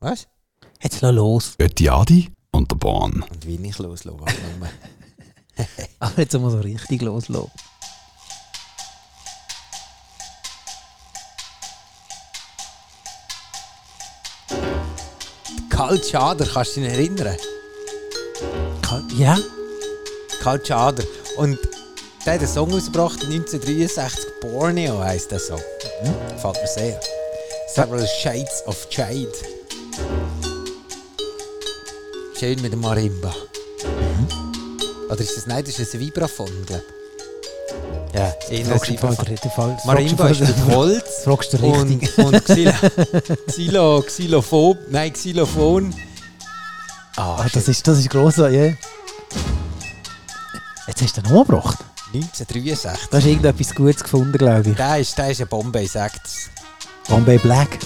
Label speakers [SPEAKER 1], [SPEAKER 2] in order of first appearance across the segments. [SPEAKER 1] Was?
[SPEAKER 2] Jetzt lass los.
[SPEAKER 3] Götti Adi und der Bahn.
[SPEAKER 1] Und will ich loslassen? Mann.
[SPEAKER 2] Aber jetzt mal so richtig loslassen.
[SPEAKER 1] Karl Schader, kannst du dich erinnern?
[SPEAKER 2] Ka- Ja?
[SPEAKER 1] Karl Schader. Und der hat einen Song ausgebracht, 1963, Borneo heisst der Song. Hm? Gefällt mir sehr. Several Shades of Jade. Schön mit dem Marimba. Hm? Oder ist das nicht? Das ist ein Vibraphon, glaube ich. Ja, eher ein
[SPEAKER 2] Fragst du den Fall,
[SPEAKER 1] Vibraphon.
[SPEAKER 2] den Fall. fragst
[SPEAKER 1] Marimba
[SPEAKER 2] du
[SPEAKER 1] ist
[SPEAKER 2] den
[SPEAKER 1] mit
[SPEAKER 2] Fall-
[SPEAKER 1] Holz.
[SPEAKER 2] Fragst du richtig.
[SPEAKER 1] Und, und Xylo, Xylo, Xylophob, nein, Xylophon. Ah,
[SPEAKER 2] Ah, das ist, das ist gross, ja. Jetzt hast du den umgebracht.
[SPEAKER 1] 1963.
[SPEAKER 2] Da hast du irgendetwas Gutes gefunden, glaube ich.
[SPEAKER 1] Der ist, der ist ein Bombay, sagt's.
[SPEAKER 2] Bombay Black.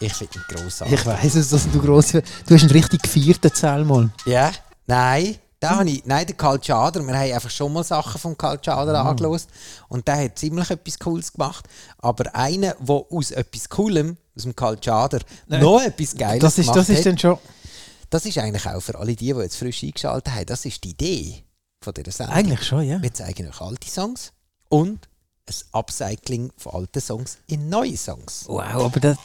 [SPEAKER 1] Ich finde ihn grossartig.
[SPEAKER 2] Ich weiss es, dass du gross... Du hast einen richtig gefeierten Zell mal.
[SPEAKER 1] Ja? Nein, da habe ich, nein, der Karl Schader, wir haben einfach schon mal Sachen vom Karl Schader
[SPEAKER 2] Ah.
[SPEAKER 1] angelost und der hat ziemlich etwas Cooles gemacht. Aber einer, der aus etwas Coolem, aus dem Karl Schader, noch etwas Geiles
[SPEAKER 2] Das ist,
[SPEAKER 1] gemacht
[SPEAKER 2] das ist
[SPEAKER 1] hat,
[SPEAKER 2] dann schon...
[SPEAKER 1] das ist eigentlich auch für alle die, die jetzt frisch eingeschaltet haben, das ist die Idee von dieser Sendung.
[SPEAKER 2] Eigentlich schon, ja.
[SPEAKER 1] Wir zeigen euch alte Songs und ein Upcycling von alten Songs in neue Songs.
[SPEAKER 2] Wow, aber das...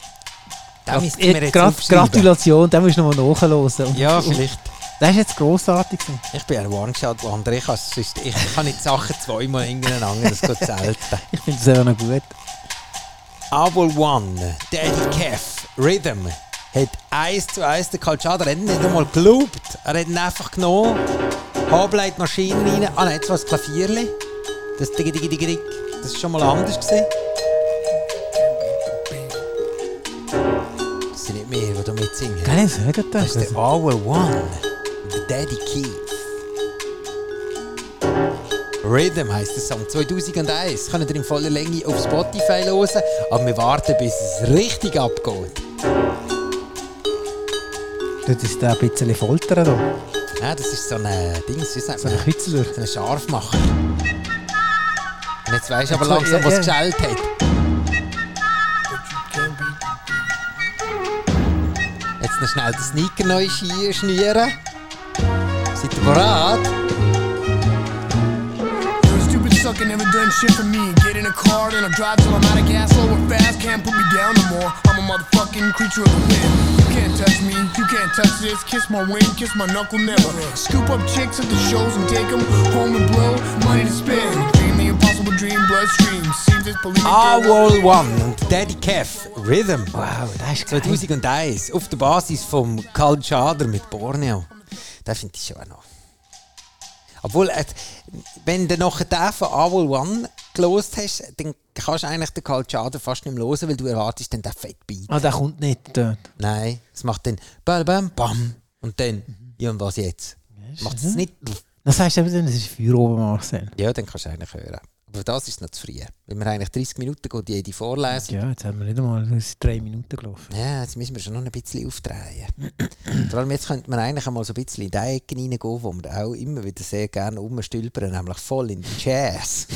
[SPEAKER 1] Da müssten wir
[SPEAKER 2] Äh,
[SPEAKER 1] jetzt
[SPEAKER 2] Grat
[SPEAKER 1] aufschreiben.
[SPEAKER 2] Gratulation, den musst du nochmal nachhören. Und-
[SPEAKER 1] Ja,
[SPEAKER 2] und-
[SPEAKER 1] vielleicht.
[SPEAKER 2] Das ist jetzt grossartig. gewesen.
[SPEAKER 1] Ich bin ein One-Shot-Wander. Ich, kann sonst- ich kann nicht Sachen zweimal hintereinander, das geht selten.
[SPEAKER 2] Ich finde das auch noch gut.
[SPEAKER 1] Abel One, Daddy Kev, Rhythm hat eins zu eins den Calciader. Er hat ihn nicht einmal gelobt. Er hat ihn einfach genommen. Hobleitmaschine rein. Ah nein, jetzt war das Klavierli. Das digi digi digi dig. Das war schon mal anders. Gewesen. Das sind nicht mehr, die da mitsingen.
[SPEAKER 2] Gell, ich sage
[SPEAKER 1] Das
[SPEAKER 2] das.
[SPEAKER 1] ist der Hour One. Der Daddy Keith. Rhythm heisst der Song 2001. Könnt ihr in voller Länge auf Spotify hören, aber wir warten, bis es richtig abgeht.
[SPEAKER 2] Dort ist der ein bisschen Folter da.
[SPEAKER 1] Ja, das ist so ein äh, Dings, wie sagt
[SPEAKER 2] So
[SPEAKER 1] man?
[SPEAKER 2] ein Kützler.
[SPEAKER 1] So ein Scharfmacher. Und jetzt weisst du aber
[SPEAKER 2] Jetzt-
[SPEAKER 1] langsam,
[SPEAKER 2] ja,
[SPEAKER 1] was
[SPEAKER 2] ja.
[SPEAKER 1] es geschält hat. Jetzt noch schnell den Sneaker neu schie- schnieren. Seid ihr bereit?
[SPEAKER 4] You're a stupid sucker, never done shit for me. Get in a car, then I drive till I'm out of gas. Lower fast, can't put me down no more. I'm a motherfucking creature of the wind. You can't touch me, you can't touch this. Kiss my wing, kiss my knuckle, never. Scoop up chicks at the shows and take 'em home and blow money to spend. Dream the impossible dream, bloodstream. Seems it's believable.
[SPEAKER 1] All One und Daddy Kev Rhythm
[SPEAKER 2] Wow, das ist geil.
[SPEAKER 1] 2001 auf der Basis vom Karl Schader mit Borneo. Das finde ich schon auch noch. Obwohl, äh, wenn du nachher den von All One gelost hast, dann kannst du eigentlich den Karl Schader fast nicht mehr hören, weil du erwartest dann den Fettbeat.
[SPEAKER 2] Ah, der kommt nicht dort.
[SPEAKER 1] Nein, es macht dann bam, bam, bam und dann, ja und was jetzt? Macht es nicht?
[SPEAKER 2] Das heisst eben, dann, das ist für oben Marcel.
[SPEAKER 1] Ja, dann kannst du eigentlich hören. Aber für das ist noch zu früh, weil wir eigentlich 30 Minuten geht jede Vorlesung.
[SPEAKER 2] Ja, jetzt haben wir nicht einmal das ist drei Minuten gelaufen.
[SPEAKER 1] Ja, jetzt müssen wir schon noch ein bisschen aufdrehen. Vor allem jetzt könnte man eigentlich einmal so ein bisschen in die Ecken reingehen, wo wir auch immer wieder sehr gerne rumstülpern, nämlich voll in den Jazz.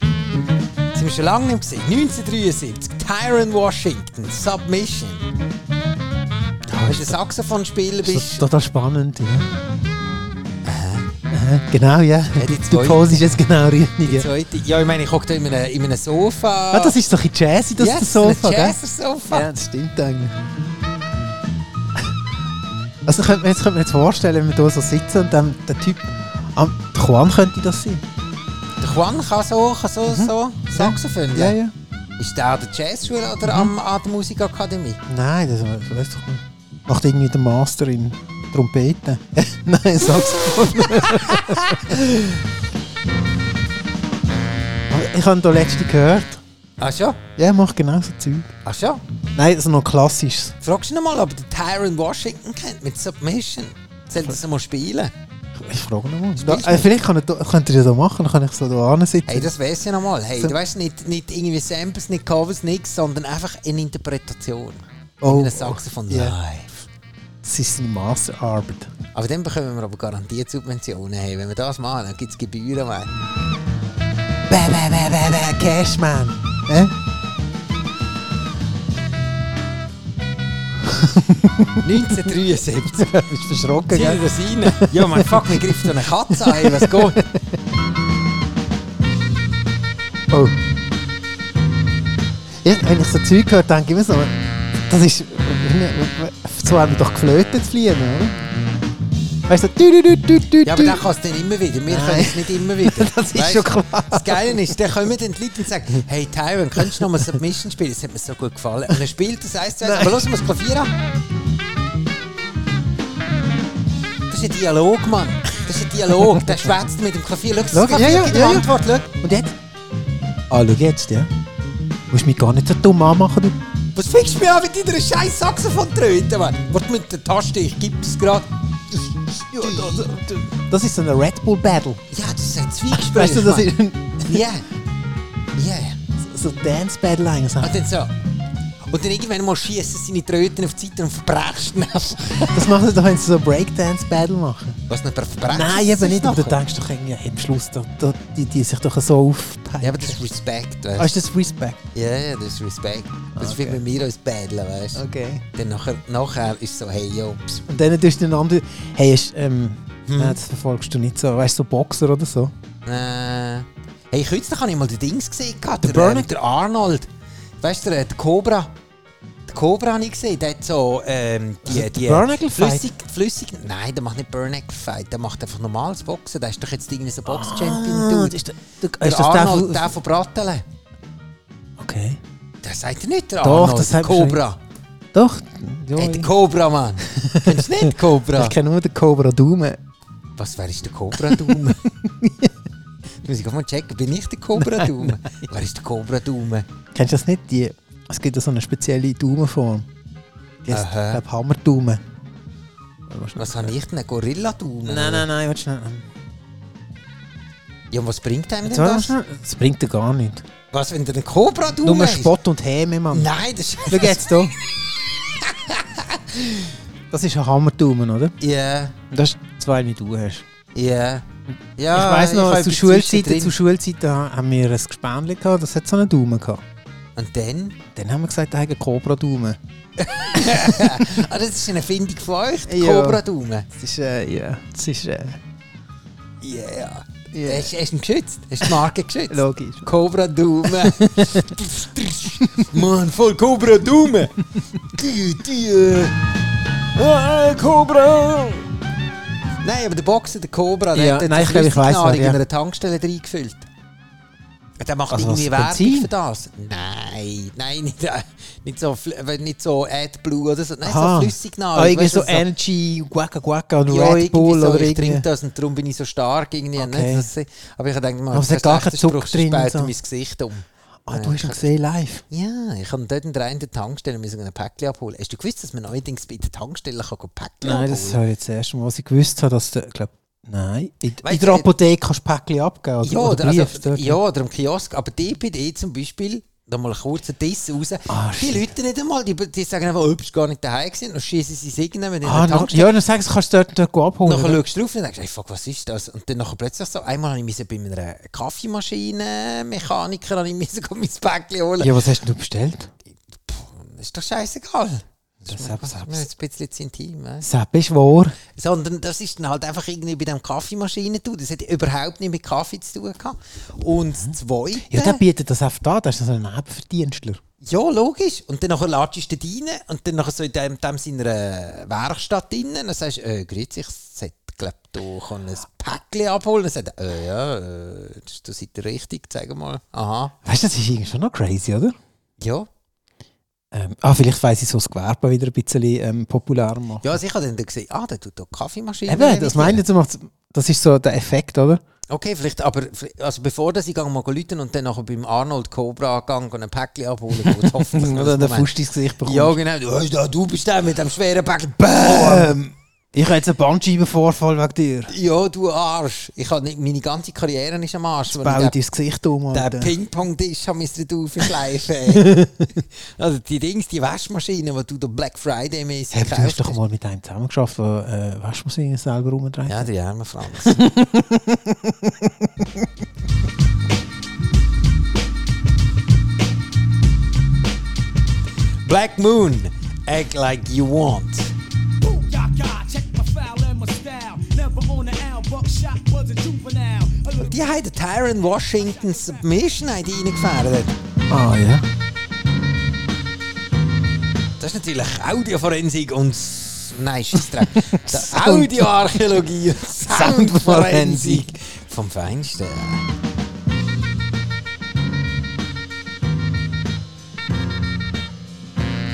[SPEAKER 1] Sind wir schon lange nicht gesehen. 1973, Tyron Washington, Submission. Wenn du Saxophonspieler
[SPEAKER 2] Das ist
[SPEAKER 1] bist,
[SPEAKER 2] total spannend. Ja. Aha, Genau, ja.
[SPEAKER 1] die
[SPEAKER 2] du
[SPEAKER 1] zwei-
[SPEAKER 2] posest jetzt genau richtig.
[SPEAKER 1] die
[SPEAKER 2] ja.
[SPEAKER 1] zweite, ja, ich meine, ich hocke da in einem, in einem Sofa.
[SPEAKER 2] Ah, das ist doch ein bisschen Jazzy, das
[SPEAKER 1] yes,
[SPEAKER 2] yes, Sofa,
[SPEAKER 1] ein
[SPEAKER 2] gell?
[SPEAKER 1] Jazzer-Sofa.
[SPEAKER 2] Ja, das stimmt eigentlich. Also könnte man, jetzt könnte man jetzt vorstellen, wenn wir hier so sitzen und dann der Typ... Ah, der Juan könnte das sein.
[SPEAKER 1] Der Juan kann so, kann so, so Saxophon.
[SPEAKER 2] Mhm. Ja, Mhm. ja.
[SPEAKER 1] Ist der an der Jazzschule oder am, an der Musikakademie?
[SPEAKER 2] Nein, das weiß doch nicht. Macht irgendwie den Master in Trompete. Nein, Saxophon. Aber ich habe den letzte gehört.
[SPEAKER 1] Ach Ah, schon?
[SPEAKER 2] Ja, macht genau so Zeug.
[SPEAKER 1] Ach schon?
[SPEAKER 2] Nein, das ist noch klassisches.
[SPEAKER 1] Fragst du noch mal, ob der Tyron Washington kennt mit Submission? Soll das mal spielen?
[SPEAKER 2] Ich frage nochmal.
[SPEAKER 1] Spielst du?
[SPEAKER 2] Äh, vielleicht kann ich, könnt ihr das so machen, dann kann ich so da sitzen.
[SPEAKER 1] Hey, das wär's ja noch mal. Hey,
[SPEAKER 2] So-
[SPEAKER 1] du weißt nicht, nicht irgendwie Samples, nicht Covers, nichts, sondern einfach eine Interpretation.
[SPEAKER 2] oh,
[SPEAKER 1] Eine Saxophon
[SPEAKER 2] ja.
[SPEAKER 1] live.
[SPEAKER 2] das ist seine Masterarbeit.
[SPEAKER 1] Aber dann bekommen wir aber garantiert Subventionen. Hey, wenn wir das machen, dann gibt's Gebühren. Mann.
[SPEAKER 2] Bäh, bäh, bäh, bäh, bäh, Cashman. Äh?
[SPEAKER 1] 1973.
[SPEAKER 2] Bist verschrocken,
[SPEAKER 1] Zieh
[SPEAKER 2] gell?
[SPEAKER 1] Rosinen. Ja, mein Fuck, mir greift so eine Katze an, ey, was geht?
[SPEAKER 2] Oh. Ja, wenn ich so Zeug gehört, denke ich immer so, das ist, so haben wir doch geflötet fliehen, oder? Weißt du, du, du, du, du,
[SPEAKER 1] Ja, aber der kann es dann immer wieder. Wir können es nicht immer wieder.
[SPEAKER 2] Das ist
[SPEAKER 1] Weißt
[SPEAKER 2] schon
[SPEAKER 1] du?
[SPEAKER 2] klar.
[SPEAKER 1] Das Geile ist, dann kommen dann die Leute und sagen: Hey, Tywin, könntest du noch mal Submission spielen? Das hat mir so gut gefallen. Und er spielt das 1 zu 1. Aber los, mal das Klavier an. Das ist ein Dialog, Mann. Das ist ein Dialog. Der schwätzt mit dem Klavier. Schau, das
[SPEAKER 2] Schau,
[SPEAKER 1] Klavier
[SPEAKER 2] ja, ja,
[SPEAKER 1] gibt eine
[SPEAKER 2] ja, ja.
[SPEAKER 1] Antwort. Schau.
[SPEAKER 2] Und jetzt? Ah, schau jetzt, ja. Musst mich gar nicht so dumm anmachen, du.
[SPEAKER 1] Was fickst du mich an mit deiner scheiß Saxophon-Tröte, Mann? Was mit der Taste? Ich gib's gerade.
[SPEAKER 2] Das ist so eine Red Bull Battle.
[SPEAKER 1] Ja, das ist ein Zwiegespräch.
[SPEAKER 2] Weißt du, das
[SPEAKER 1] Mann.
[SPEAKER 2] ist ein,
[SPEAKER 1] Ja. Ja.
[SPEAKER 2] so ein Dance Battle eigentlich.
[SPEAKER 1] Und dann so. Und dann irgendwann mal schießen seine Tröten auf die Seite und verbrechst ihn einfach.
[SPEAKER 2] Das machen sie doch, wenn sie so Breakdance Battle machen.
[SPEAKER 1] Was nicht verbrechst?
[SPEAKER 2] Nein, eben nicht. Aber du
[SPEAKER 1] Ja,
[SPEAKER 2] denkst doch irgendwie, hey, am Schluss, da, da, die, die sich doch so aufpeitschen.
[SPEAKER 1] aber das ist Respekt,
[SPEAKER 2] Ah,
[SPEAKER 1] weißt
[SPEAKER 2] ist das Respect?
[SPEAKER 1] du? Ja, ja, das ist Respekt. Das ist wie
[SPEAKER 2] Okay.
[SPEAKER 1] wenn wir uns battlen, weißt du?
[SPEAKER 2] Okay.
[SPEAKER 1] Dann nachher, nachher ist so, hey, yo, pss,
[SPEAKER 2] Und dann tust du den anderen, hey, ist, ähm,
[SPEAKER 1] Hm.
[SPEAKER 2] nein, das verfolgst du nicht so, weißt du, so Boxer oder so.
[SPEAKER 1] äh. Hey, kürzlich habe ich mal den Dings gesehen, gehabt, der,
[SPEAKER 2] Bernie?
[SPEAKER 1] äh, der Arnold. Weißt du, der, der Cobra. Der Cobra habe ich gesehen, der hat so, ähm,
[SPEAKER 2] Also
[SPEAKER 1] die,
[SPEAKER 2] der
[SPEAKER 1] die...
[SPEAKER 2] Barnacle-Fight?
[SPEAKER 1] Flüssig, flüssig... Nein, der macht nicht Burnacle-Fight, der macht einfach normales Boxen. Der ist doch jetzt irgendwie so Box-Champion,
[SPEAKER 2] Ah,
[SPEAKER 1] Dude.
[SPEAKER 2] das ist, der, du,
[SPEAKER 1] Der
[SPEAKER 2] ist das der,
[SPEAKER 1] Arnold,
[SPEAKER 2] von-
[SPEAKER 1] der von Bratele.
[SPEAKER 2] Okay.
[SPEAKER 1] Das sagt er nicht, der
[SPEAKER 2] Doch,
[SPEAKER 1] Arnold.
[SPEAKER 2] das
[SPEAKER 1] der
[SPEAKER 2] sagt man schon.
[SPEAKER 1] Cobra.
[SPEAKER 2] Doch. Ja,
[SPEAKER 1] Hey, der
[SPEAKER 2] ich-
[SPEAKER 1] Cobra, Mann. Kennst du nicht Cobra?
[SPEAKER 2] ich kenne nur den Cobra Daumen.
[SPEAKER 1] Was, wer ist der Cobra Daumen? Das muss ich auch mal checken, bin ich der Cobra Daumen? Wer ist der Cobra Daumen?
[SPEAKER 2] Kennst du das nicht? Die, es gibt da so eine spezielle Daumenform. Die heißt,
[SPEAKER 1] Aha.
[SPEAKER 2] glaube Hammerdaumen.
[SPEAKER 1] Was habe ich denn? Ein Gorilla Daumen?
[SPEAKER 2] Nein, nein, nein, warte schnell.
[SPEAKER 1] Ja, und was bringt einem denn
[SPEAKER 2] Jetzt, warte
[SPEAKER 1] das?
[SPEAKER 2] schnell. das bringt dir gar nichts.
[SPEAKER 1] Was, wenn der einen Cobra Daumen
[SPEAKER 2] Nur
[SPEAKER 1] ist?
[SPEAKER 2] Spott und Häme, Mann.
[SPEAKER 1] Nein, das ist...
[SPEAKER 2] Schau jetzt hier. Das ist ein Hammerdaumen, oder?
[SPEAKER 1] Ja,
[SPEAKER 2] Das ist zwei, die du hast.
[SPEAKER 1] ja.
[SPEAKER 2] Ich
[SPEAKER 1] Ja,
[SPEAKER 2] weiss noch,
[SPEAKER 1] habe
[SPEAKER 2] zu
[SPEAKER 1] etwas
[SPEAKER 2] Schulzeiten,
[SPEAKER 1] zwischendrin.
[SPEAKER 2] zu Schulzeiten ha- haben wir ein Gespänli gehabt, das hat so einen Daumen gehabt.
[SPEAKER 1] Und dann?
[SPEAKER 2] Dann haben wir gesagt, der hat einen Cobra-Daumen.
[SPEAKER 1] Ah, das ist eine Erfindung von euch, der
[SPEAKER 2] Ja.
[SPEAKER 1] Cobra Daumen.
[SPEAKER 2] Das ist, äh, ja, das ist, äh,
[SPEAKER 1] Ja, yeah.
[SPEAKER 2] Ja.
[SPEAKER 1] Hast, hast du ihn geschützt? Hast du die Marke geschützt?
[SPEAKER 2] logisch.
[SPEAKER 1] Cobra Daumen. Mann, voll Cobra Daumen. Die, die, äh, ah, Cobra. Nein, aber der Boxer, der Cobra, der
[SPEAKER 2] Ja,
[SPEAKER 1] hat jetzt
[SPEAKER 2] nein,
[SPEAKER 1] eine
[SPEAKER 2] ich glaube, ich weiss
[SPEAKER 1] Flüssignahrung
[SPEAKER 2] wer, ja.
[SPEAKER 1] in einer Tankstelle reingefüllt. Der macht
[SPEAKER 2] Also
[SPEAKER 1] irgendwie
[SPEAKER 2] was,
[SPEAKER 1] Werbung
[SPEAKER 2] Benzin?
[SPEAKER 1] für das. Nein, nein, nicht, äh, nicht so, fl- äh, nicht so AdBlue oder so. Nein,
[SPEAKER 2] Aha.
[SPEAKER 1] so Flüssignahrung.
[SPEAKER 2] Ah, irgendwie
[SPEAKER 1] weisst du,
[SPEAKER 2] so Energy, Guaca Guaca und
[SPEAKER 1] ja,
[SPEAKER 2] Red
[SPEAKER 1] irgendwie
[SPEAKER 2] Bull
[SPEAKER 1] so,
[SPEAKER 2] oder
[SPEAKER 1] ich trinke
[SPEAKER 2] irgendwie.
[SPEAKER 1] das und darum bin ich so stark. Irgendwie.
[SPEAKER 2] Okay.
[SPEAKER 1] Nicht, dass ich- aber ich denke mal,
[SPEAKER 2] Aber es hat gar keinen Zucker drin und
[SPEAKER 1] Spät
[SPEAKER 2] so.
[SPEAKER 1] mein Gesicht um.
[SPEAKER 2] Ah, du hast ihn gesehen live.
[SPEAKER 1] Ja, ich habe dort in der einen Tankstelle müssen ein Päckchen abholen. Hast du gewusst, dass man neuerdings bei der Tankstelle kann gehen Päckchen
[SPEAKER 2] Nein,
[SPEAKER 1] abholen
[SPEAKER 2] das habe ich jetzt das erste Mal, was ich gewusst habe, dass der, glaub, nein. In, in
[SPEAKER 1] Weißt
[SPEAKER 2] der
[SPEAKER 1] du,
[SPEAKER 2] Apotheke kannst du Päckchen abgeben oder,
[SPEAKER 1] ja,
[SPEAKER 2] oder
[SPEAKER 1] oder,
[SPEAKER 2] Brief.
[SPEAKER 1] also,
[SPEAKER 2] dort.
[SPEAKER 1] ja, oder am Kiosk. Aber DPD zum Beispiel, da mal einen kurzen Diss raus.
[SPEAKER 2] Ah,
[SPEAKER 1] die
[SPEAKER 2] shit.
[SPEAKER 1] Leute nicht einmal, die, die sagen einfach, ob du gar nicht daheim gewesen und schießen sie sich irgendwann in
[SPEAKER 2] Ah,
[SPEAKER 1] der
[SPEAKER 2] noch,
[SPEAKER 1] Tankstelle.
[SPEAKER 2] ja, dann sagst du, kannst du dort, dort abholen.
[SPEAKER 1] Nachher
[SPEAKER 2] oder?
[SPEAKER 1] schaust du drauf und denkst, ey, fuck, was ist das? Und dann nachher plötzlich so, einmal habe ich müssen bei einer Kaffeemaschinenmechaniker habe ich müssen gehen, mein Päckchen holen.
[SPEAKER 2] Ja, was hast denn du bestellt?
[SPEAKER 1] Ist doch scheißegal.
[SPEAKER 2] Das ist
[SPEAKER 1] Das ist mir jetzt ein bisschen zu intim. äh. weisst du?
[SPEAKER 2] Sepp ist wahr.
[SPEAKER 1] sondern das ist dann halt einfach irgendwie bei dem Kaffeemaschinen tun. Das hat überhaupt nicht mit Kaffee zu tun gehabt. Und das Zweite,
[SPEAKER 2] Ja, der
[SPEAKER 1] ja,
[SPEAKER 2] bietet das einfach an, das ist so ein Nebenverdienstler.
[SPEAKER 1] logisch. Und dann nachher latschst du den rein und dann nachher so in dem, dem seiner äh, Werkstatt drin. Dann sagst du, äh, grüezi, ich sollte, glaub, du kannst ein Päckchen abholen. Dann sagt er, äh, ja, äh, das, das ist richtig, zeig mal. Aha,
[SPEAKER 2] Weißt du, das ist irgendwie schon noch crazy, oder?
[SPEAKER 1] ja.
[SPEAKER 2] Ähm, ah, vielleicht weiss ich so das Gewerbe wieder ein bisschen ähm, populärer machen.
[SPEAKER 1] Ja, also ich habe dann gesehen, ah, der tut da die Kaffeemaschine.
[SPEAKER 2] Eben, das meine ich, das macht's- das ist so der Effekt, oder?
[SPEAKER 1] Okay, vielleicht, aber vielleicht- also bevor dass ich gang mal läuten und dann nachher beim Arnold Cobra gang und ein Päckchen abholen, wo es hoffentlich noch
[SPEAKER 2] Oder
[SPEAKER 1] ein
[SPEAKER 2] der
[SPEAKER 1] Moment-
[SPEAKER 2] Fust ins Gesicht bekommt.
[SPEAKER 1] Ja, genau. Du, hast da- du bist der mit dem schweren Päckchen.
[SPEAKER 2] Ähm, ich habe jetzt einen Bandscheibenvorfall wegen dir.
[SPEAKER 1] Ja, du Arsch. Ich hab nicht, meine ganze Karriere ist am Arsch. weil
[SPEAKER 2] Bau dir
[SPEAKER 1] ich
[SPEAKER 2] das Gesicht um,
[SPEAKER 1] den,
[SPEAKER 2] Alter.
[SPEAKER 1] den Ping-Pong-Tisch haben wir drauf schleifen. also Nou, die Dings, die Waschmaschine, die du da Black Friday mäßig
[SPEAKER 2] Hey, aber du hast doch
[SPEAKER 1] hast.
[SPEAKER 2] mal mit einem zusammengeschafft, der äh, Waschmaschinen selber rumdreht.
[SPEAKER 1] Ja, die arme Franz. Black Moon, act like you want. die haben den Tyron Washington Submission haben die reingefädelt.
[SPEAKER 2] Ah ja.
[SPEAKER 1] Das ist natürlich Audioforensik und... S- Nein, Scheissdreck. Audioarchäologie und Soundforensik. Vom Feinsten.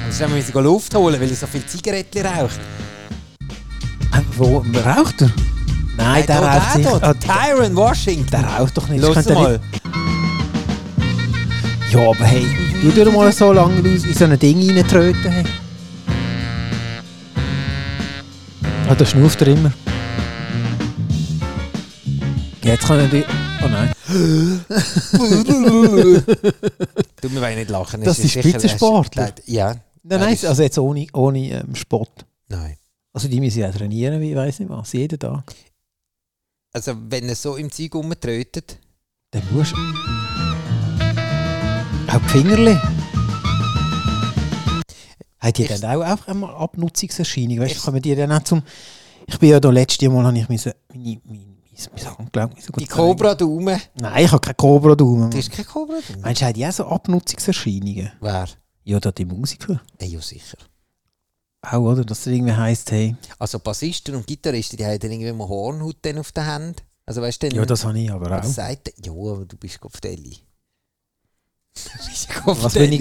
[SPEAKER 1] Und dann müssen wir Luft holen, weil er so viel Zigaretten raucht.
[SPEAKER 2] Äh, Wo raucht er? Nein, der
[SPEAKER 1] da,
[SPEAKER 2] raucht
[SPEAKER 1] da,
[SPEAKER 2] sich.
[SPEAKER 1] da,
[SPEAKER 2] Ah, der-
[SPEAKER 1] Tyron Washington.
[SPEAKER 2] Der raucht doch nicht. Das
[SPEAKER 1] Los
[SPEAKER 2] könnte er
[SPEAKER 1] mal.
[SPEAKER 2] nicht- Ja, aber hey, du dir mal so lange aus in so ein Ding reintröten. Hey. Ah, da schnauft er immer. Jetzt kann er die. Oh nein.
[SPEAKER 1] Du, wir wollen nicht lachen.
[SPEAKER 2] Das ist
[SPEAKER 1] sicher-
[SPEAKER 2] Spitzensportler.
[SPEAKER 1] Hast- Ja.
[SPEAKER 2] Nein, nein, also jetzt ohne, ohne ähm, Spott.
[SPEAKER 1] Nein.
[SPEAKER 2] Also die müssen ja trainieren, wie ich weiß nicht was, jeden Tag.
[SPEAKER 1] Also, wenn er so im Zeug rumtrötet,
[SPEAKER 2] Dann musst du... Auch die Fingerli. Hat die
[SPEAKER 1] Ich-
[SPEAKER 2] dann auch einfach einmal Abnutzungserscheinung? Weißt du,
[SPEAKER 1] Ich-
[SPEAKER 2] kommen die dann auch zum... Ich bin ja da letztes Mal, habe ich meine, meine, meine, meine Handgelenk... nicht so gut
[SPEAKER 1] die
[SPEAKER 2] zeigen.
[SPEAKER 1] Cobra-Daumen.
[SPEAKER 2] Nein, ich habe keine Cobra-Daumen.
[SPEAKER 1] Du hast keine Cobra-Daumen.
[SPEAKER 2] Meinst du, hat die auch so Abnutzungserscheinungen?
[SPEAKER 1] Wer?
[SPEAKER 2] Ja, da die Musiker.
[SPEAKER 1] Ey, ja, sicher.
[SPEAKER 2] Auch, oder? Dass das irgendwie heisst, hey...
[SPEAKER 1] Also Bassisten und Gitarristen, die haben dann irgendwie mal Hornhaut dann auf der Hand. Also weißt du, dann-
[SPEAKER 2] Ja, das habe ich aber
[SPEAKER 1] das
[SPEAKER 2] auch.
[SPEAKER 1] sagt er, ja, aber du bist Kopfdelli. Du bist ein
[SPEAKER 2] Was bin
[SPEAKER 1] Kopfdelli.
[SPEAKER 2] ich,